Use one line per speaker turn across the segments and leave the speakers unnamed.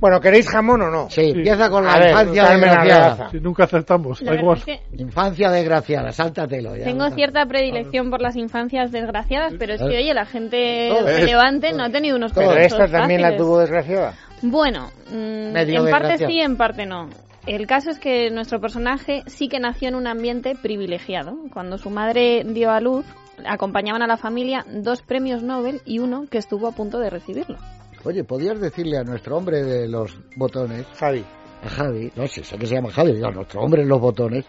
Bueno, ¿queréis jamón o no?
Sí, empieza con la
A ver,
infancia
Carmen
desgraciada.
Arreaza.
Si nunca acertamos,
La
da
verdad
igual.
es que
Infancia desgraciada, sáltatelo ya.
tengo cierta predilección por las infancias desgraciadas, pero es que, oye, la gente
Todo.
relevante no ha tenido unos
Pero
comienzos
esta también la
fáciles.
tuvo desgraciada.
Bueno, mm,
Medio
en parte
desgraciado.
sí, en parte no. El caso es que nuestro personaje sí que nació en un ambiente privilegiado. Cuando su madre dio a luz, acompañaban a la familia dos premios Nobel y uno que estuvo a punto de recibirlo.
Oye, ¿podías decirle a nuestro hombre de los botones,
Javi.
a Javi, no sé, sé que se llama Javi, digo, a nuestro hombre de los botones,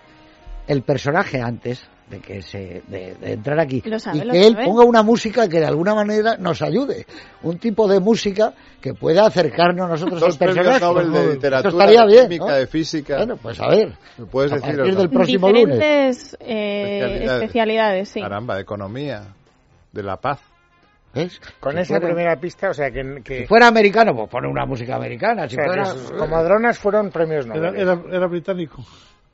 el personaje antes de que se de, de entrar aquí
Lo sabe,
y que
lo
él
sabe.
ponga una música que de alguna manera nos ayude, un tipo de música que pueda acercarnos nosotros
Dos
al
premios
personaje.
Nobel de
Esto
literatura,
estaría
de
bien,
química,
¿no?
de física.
Bueno, pues a ver,
¿Lo puedes
a
decir o
partir
no?
del próximo lunes.
Diferentes eh,
Especialidades.
especialidades, sí.
Caramba, de economía, de la paz.
¿ves?
Con
Si
esa
fuera-
primera pista, o sea, que... que-
Si fuera americano, pues pone una música americana.
o
Si
sea, que
fuera-
sus comadronas fueron premios
Era,
Nobel.
era, era británico.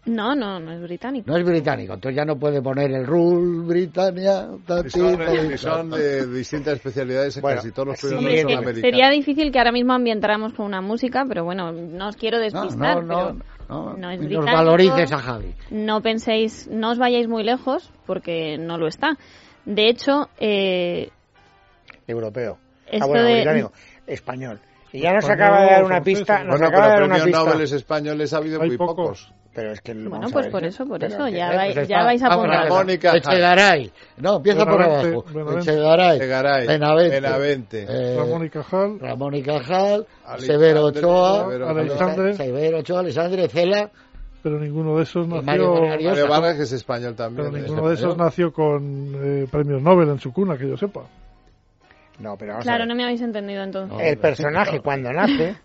No, no, no es británico.
No es británico, entonces ya no puede poner el Rule Britannia. ta,
Y
ti,
son,
ta,
y
ti,
son
ta.
de distintas especialidades en
Bueno,
casi todos los
sí,
premios
Hombre,
Nobel
es
son
que
americanos.
sería difícil que ahora mismo ambientáramos con una música, pero bueno, no os quiero despistar,
no,
pero
no,
no es
ni nos
británico.
valorices a Javi.
no penséis, no os vayáis muy lejos, porque no lo está. De hecho, eh,
Europeo.
Esto
ah, bueno,
de-
británico. Español. Y ya nos
Español,
acaba de dar una
francés,
pista. Nos
Bueno,
acaba de
pero
dar una
premios
pista.
Nobel españoles ha habido
Hay
muy
pocos.
pocos.
Pero es que
bueno,
vamos a
pues
ver,
por
¿eh?
eso, por
Pero
eso,
que-
ya,
Eh,
vais-
pues
ya
está.
vais
Vamos
apuntando.
ver.
Mónica.
Echegaray. No, empieza por
Benavente,
abajo.
Benavente.
Echegaray.
Echegaray,
Benavente.
Benavente.
Eh,
Ramón y Cajal.
Ramón y Cajal.
Alexandre,
Severo Ochoa.
Severo
Ochoa. Alexandre.
Severo Ochoa. Alexandre Cela.
Pero ninguno de esos
Y Mario
nació.
Vargas.
Mario Vargas que es español
Pero
también. ¿eh?
ninguno de esos nació con eh, premios Nobel en su cuna, que yo sepa.
No, pero vamos
Claro,
a ver.
no me habéis entendido entonces.
No.
El personaje cuando nace,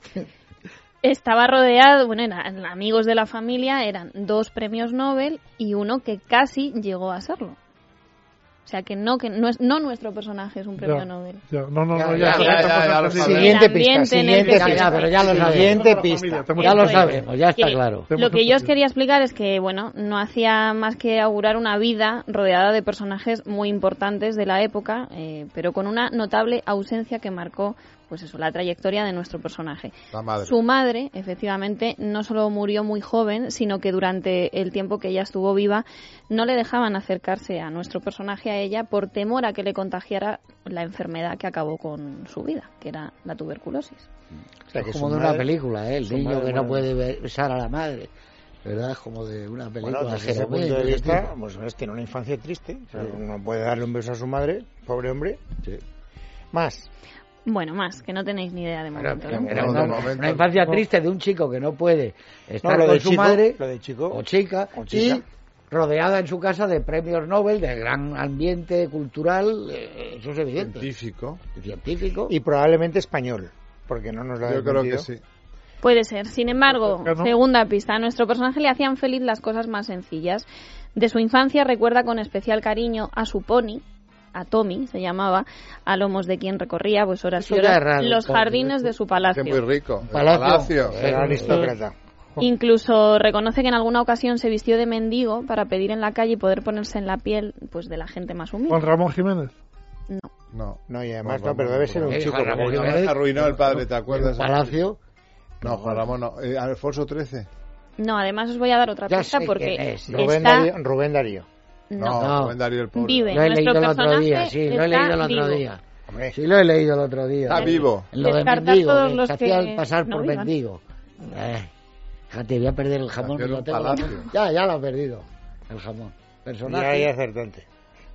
Estaba rodeado, bueno, eran amigos de la familia, eran dos premios Nobel y uno que casi llegó a serlo. O sea que no, que no, es, no nuestro personaje es un premio
Ya,
Nobel.
ya. No, no,
Ya, ya,
no,
ya,
ya. ya
ya, ya lo
estamos entendiendo.
siguiente
También
pista,
tenéis
siguiente
que
pista.
Ya, Ah, pero ya lo sabemos.
siguiente
Otra familia,
pista.
estamos
Ya lo
Eso es.
sabemos, ya está
Que
claro.
Hemos
Lo que yo os
entendido.
quería explicar es que, bueno, no hacía más que augurar una vida rodeada de personajes muy importantes de la época, eh, pero con una notable ausencia que marcó, pues eso, la trayectoria de nuestro personaje.
La madre.
Su madre, efectivamente, no solo murió muy joven, sino que durante el tiempo que ella estuvo viva no le dejaban acercarse a nuestro personaje a ella por temor a que le contagiara la enfermedad que acabó con su vida, que era la tuberculosis.
o sea, que
Es como
su
de una
madre-
película, ¿eh? El
su
niño
madre
que no
muere.
puede besar a la madre. ¿Verdad? Es como de una película.
Bueno, desde ese
Jeromel,
punto de
ese
vista,
tipo.
pues ves, tiene una infancia triste. o sea,
Sí.
No puede darle un beso a su madre, pobre hombre.
Sí.
Más.
Bueno, más, que no tenéis ni idea de
Era,
momento,
era
¿no?
una,
No, de
una
momento.
infancia triste de un chico que no puede
No,
estar
lo
con
de
su
chico,
madre
Lo de chico.
o chica,
o chica.
y rodeada en su casa de premios Nobel, de gran ambiente cultural, eh, eso es evidente,
Científico.
científico.
Y probablemente español. Porque no nos lo ha
Yo creo que
desmentido.
sí.
Puede ser. Sin embargo,
Claro.
segunda pista, a nuestro personaje le hacían feliz las cosas más sencillas. De su infancia recuerda con especial cariño a su pony, a Tommy se llamaba, a lomos de quien recorría pues horas
Eso
y
ya
horas
es raro,
los
pony,
jardines
eso.
de su
Que muy
palacio.
rico. El
Palacio.
Palacio.
Era aristócrata.
Incluso reconoce que en alguna ocasión se vistió de mendigo para pedir en la calle y poder ponerse en la piel pues de la gente más humilde.
Juan Ramón Jiménez.
No.
No, y además,
Bueno,
no, pero
bueno,
debe ser
bueno.
un
Eh,
chico.
Juan Ramón
porque-
Jiménez.
Además, Arruinó el padre, ¿te acuerdas?
Palacio,
No, Juan Ramón no. Eh, Alfonso XIII.
No, además os voy a dar otra
Ya
pista
sé
porque
quién es.
Rubén
está-
Darío. Rubén Darío.
no,
No,
No.
Rubén Darío el pobre.
Vive.
lo he leído
Nuestro
el otro
personaje
día, sí, lo he
está
leído el otro
vivo.
día.
Hombre,
Sí, lo he leído el otro día.
Está vivo.
En Lo de
Descartar
mendigo,
todos
que
los
se hacía
que
el pasar
no
por
vivan.
mendigo. Eh, fíjate, voy a perder el jamón.
Nació en
lo
un
tengo.
palacio.
Ya, ya lo ha perdido, el jamón.
ya
Personaje.
hay acertante.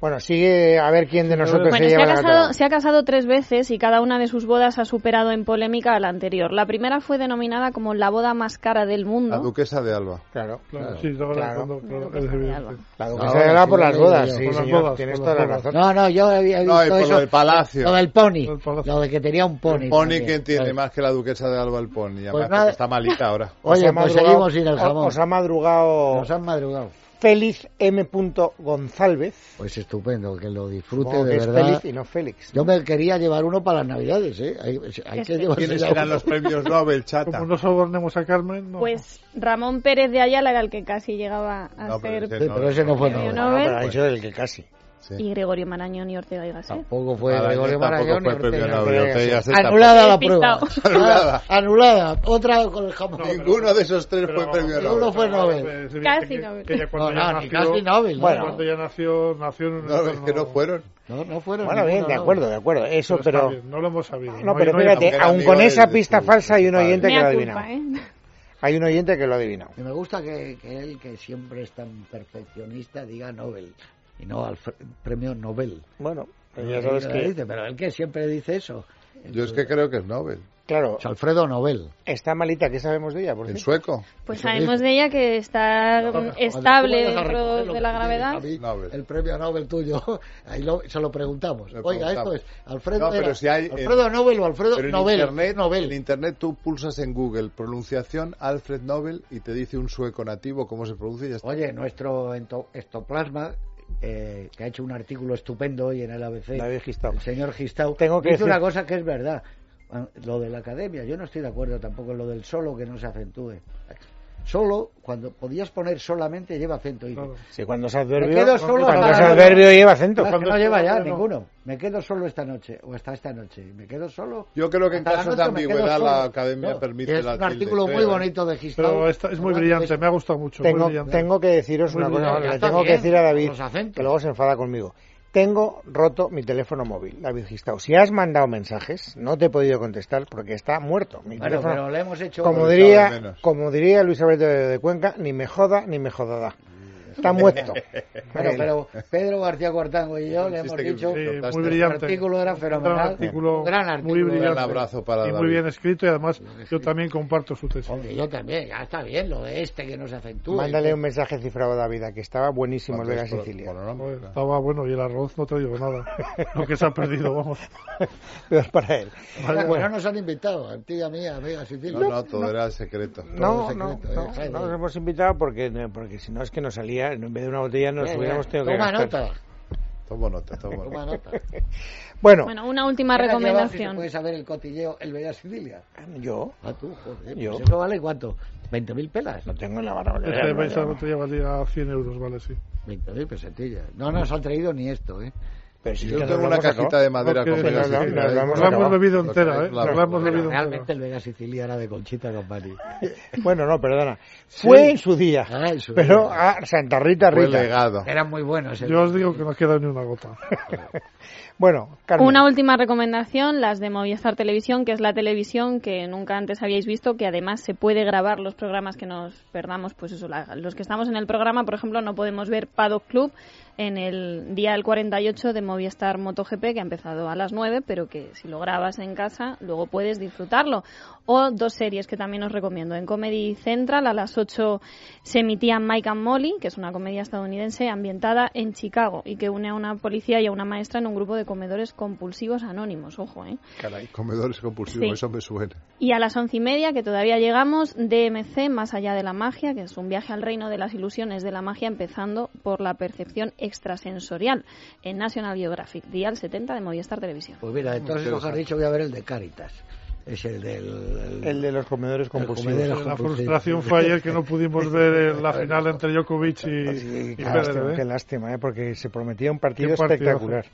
Bueno, sigue a ver quién de nosotros
Bueno,
se
se
lleva
ha,
la
casado,
gatada.
se ha casado tres veces y cada una de sus bodas ha superado en polémica a la anterior. La primera fue denominada como la boda más cara del
La
mundo.
duquesa de Alba.
Claro.
Claro,
Claro,
sí, estaba
claro.
hablando, claro,
Claro que
es
sí,
evidente.
Alba.
La
No,
duquesa de Alba
sí,
por
lo
las
digo
bodas.
yo.
Sí,
Por las
señor.
bodas,
Tienes
por
toda
las
la
bodas.
razón.
No, no, yo había visto
No, y por
eso.
lo del palacio.
Lo del pony.
Del palacio.
Lo de que tenía un pony.
Un
también.
pony que entiende
Oye,
más que la duquesa de Alba el pony. Además,
nada.
porque está malita ahora.
Os ha
Oye, pues
madrugado-
seguimos sin el
os-
jamón.
Os ha madrugado
Nos han madrugado.
Félix M. González.
Pues estupendo, que lo disfrute
Supongo que
de
es
verdad.
Félix y no Félix.
Yo me quería llevar uno para las navidades, ¿eh? Hay, hay que
Este.
llevarse Pues
¿Quiénes
ya
eran
uno.
los premios Nobel, chata?
Como no sobornemos a Carmen, no.
Pues Ramón Pérez de Ayala era el que casi llegaba a
No, pero
ser
ese
Sí, pero ese no fue
premio
Nobel.
No,
Nobel.
pero ha dicho el que casi.
Sí.
y Gregorio Marañón y Ortega y Gasset.
Tampoco fue
Marañón
Gregorio
Ah, tampoco
Marañón.
fue
y
premio
Ortega.
Nobel, Ortega y Gasset
Anulada la prueba.
Despistado.
Anulada.
Anulada. Otra con el jamón.
Ninguno de esos tres fue premio
Ninguno
Nobel.
fue Nobel.
Es pues, evidente
Casi
que-
Nobel.
que ella cuando
No,
ya
no, ni
nació-
casi Nobel.
Bueno.
Cuando ya nació, nació en un
No, es
entorno-
que no fueron.
No, no fueron.
Bueno, bien, de
ninguno,
acuerdo, de acuerdo. Eso,
está
pero.
bien, no lo hemos sabido.
No,
hay-
pero
hay
fíjate,
tampoco.
aun
Amigo
con
de-
esa
de
pista
tu-
falsa hay un
padre.
oyente que lo ha
Mea
adivinado.
culpa, ¿eh?
Hay un oyente que lo ha adivinado.
Y me gusta que, que él, que siempre es tan perfeccionista, diga Nobel y no al fr- premio Nobel.
Bueno, pues
Él
ya sabes
lo
que.
dice, pero él que siempre dice eso.
Yo es que creo que es Nobel.
Claro,
Es Alfredo Nobel.
está malita, ¿qué sabemos de ella? Por
En
cierto?
sueco.
Pues
Eso
sabemos
dice.
de ella que está
Cuando-
mm,
cuando tú
estable
vayas a recoger
dentro
lo
de
que
la
tienes,
gravedad.
a mí,
Nobel.
El premio Nobel tuyo, ahí lo- se lo preguntamos.
Le
Oiga, esto
preguntamos.
es Alfredo,
No, pero
era-
si hay, eh,
Alfredo Nobel o Alfredo
Pero en
Nobel.
internet,
Nobel.
en internet tú pulsas en Google pronunciación Alfred Nobel y te dice un sueco nativo cómo se pronuncia y ya está.
Oye, nuestro ento- estoplasma, eh, que ha hecho un artículo estupendo hoy en el ABC,
David Gistau.
el señor Gistau,
Tengo que
dice
decir-
una cosa que es verdad. Ah, Lo de la academia, yo no estoy de acuerdo tampoco en lo del solo que no se acentúe. Solo, cuando podías poner solamente, lleva acento. Dice,
Claro.
Sí, cuando se
me
adverbio.
quedo solo
Cuando
para-
es adverbio lleva acento.
No, es que no lleva ya
No.
ninguno. Me quedo solo esta noche, o hasta esta noche. Me quedo solo.
Yo creo que en
hasta la
casos de
noche me quedo
ambigüedad la
solo.
academia
No,
permite
Es
la
un
tilde,
artículo
creo,
muy
¿eh?
bonito de Gistau.
Pero esta- es muy
Hablando de
brillante,
esto.
me ha gustado mucho. muy
Tengo,
brillante.
tengo que deciros
Muy
una
bien,
cosa,
ya
le
está
tengo que
bien,
decir a David,
los acentos.
que luego se enfada conmigo. Tengo roto mi teléfono móvil, David Gistau. Si has mandado mensajes, no te he podido contestar porque está muerto mi
Bueno,
teléfono.
pero le hemos hecho.
como
Bueno,
diría,
sabe menos.
como diría Luis Alberto de, de Cuenca, ni me joda ni me jodada. Está muerto.
Bueno, pero Pedro García Cortango y yo
Un
le hemos
chiste que-
dicho
Sí,
que
Eh,
Fantástico.
muy
el
brillante.
artículo era fenomenal.
Gran artículo,
Un gran artículo.
Muy brillante.
Un abrazo para
y
David.
muy bien escrito y además yo también comparto su tesis.
Hombre, yo también, ya está bien lo de este que no se acentúa.
eh,
Mándale un mensaje cifrado a David, a que estaba buenísimo el
Cuando
Vega
es por-
Sicilia.
por nombre,
Joder,
claro.
Estaba bueno y el arroz no te digo nada. Lo que se ha perdido, vamos.
Pero para él.
Mira, que no nos han invitado, antigua mía, amiga Sicilia.
pues, No, no,
Eh,
todo era secreto.
No,
secreto,
no,
eh,
no,
Jaime.
no nos hemos invitado porque, porque si no es que nos salía, en vez de una botella nos
Venga,
hubiéramos tenido que
Toma
gastar.
nota,
Tomo nota, tomo
toma nota.
nota.
Bueno,
Bueno, una última
¿Quién ha llevado, Si se
recomendación.
puede saber el cotilleo, el Bella Sicilia.
yo
A Ah, tú, joder.
Yo.
pues ¿Eso vale cuánto? ¿20.000 pelas?
no tengo en la barra.
Este país no te valía 100 euros, vale, sí.
20.000 pesetillas. No nos han traído ni esto, ¿eh?
Pero si es que
Yo
nos
tengo
lo
una
hemos
cajita
acabado.
de madera
No,
con
que
Vega
nos la-
Sicilia,
nos la
¿eh?
hemos
Lo que-
acabado.
bebido entera,
lo que-
¿eh?
la-
Nos la hemos
la-
bebido.
Realmente el Vega Sicilia era de Conchita Campani.
Bueno, no, perdona. Fue en su día.
Ah, en su
pero
día.
a Santa Rita
Fue
Rita.
legado.
Eran muy buenos. el-
Yo os digo que no queda ni una gota.
Bueno, Carmen.
Una última recomendación, las de Movistar Televisión, que es la televisión que nunca antes habíais visto, que además se puede grabar los programas que nos perdamos, pues eso, la- los que estamos en el programa, por ejemplo, no podemos ver Paddock Club en el día del 48 de Movistar MotoGP, que ha empezado a las 9, pero que si lo grabas en casa, luego puedes disfrutarlo. O dos series que también os recomiendo. En Comedy Central a las 8 se emitía Mike and Molly, que es una comedia estadounidense ambientada en Chicago y que une a una policía y a una maestra en un grupo de comedores compulsivos anónimos. Ojo, ¿eh?
Caray, comedores compulsivos,
Sí.
eso me suena.
Y a las once y media, que todavía llegamos, DMC, Más allá de la magia, que es un viaje al reino de las ilusiones de la magia, empezando por la percepción extrasensorial en National Geographic, Dial 70 de Movistar Televisión.
Pues mira, entonces os han
interesante.
dicho voy a ver el de Caritas. Es el del...
El de los comedores compulsivos.
comedero.
La
Compulsivo.
frustración fue ayer que no pudimos ver eh, la final entre Djokovic y,
Sí,
y
qué,
Federer,
lástima,
¿eh?
qué lástima, ¿eh? porque se prometía un partido
Qué partidazo.
espectacular.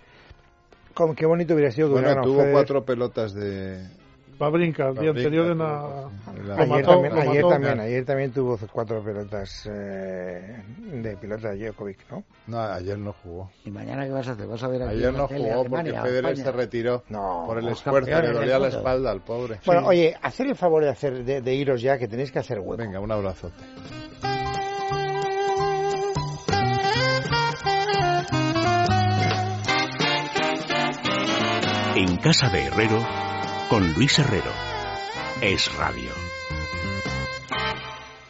Como, qué bonito hubiera sido que hubiera
Bueno,
ganado
tuvo
Federer.
cuatro pelotas de...
Babrinka, el día
Babrinka,
anterior en
tuvo,
la...
sí, en la-
Ayer,
Lo mató,
también,
lo
ayer,
mató.
también, ayer también tuvo cuatro pelotas eh, de pelota de Djokovic, ¿no?
No, ayer no jugó.
¿Y mañana qué vas a hacer? ¿Vas a ver aquí
Ayer
la
no
tele,
jugó porque
Alemania,
Federer se
España?
retiró
No,
por el
los
esfuerzo, le
campeones del
dolía la
mundo.
espalda al pobre.
Bueno, oye, hacer el favor de, hacer, de, de iros ya, que tenéis que hacer hueco.
Venga, un abrazote.
En casa de Herrero, con Luis Herrero. Es Radio.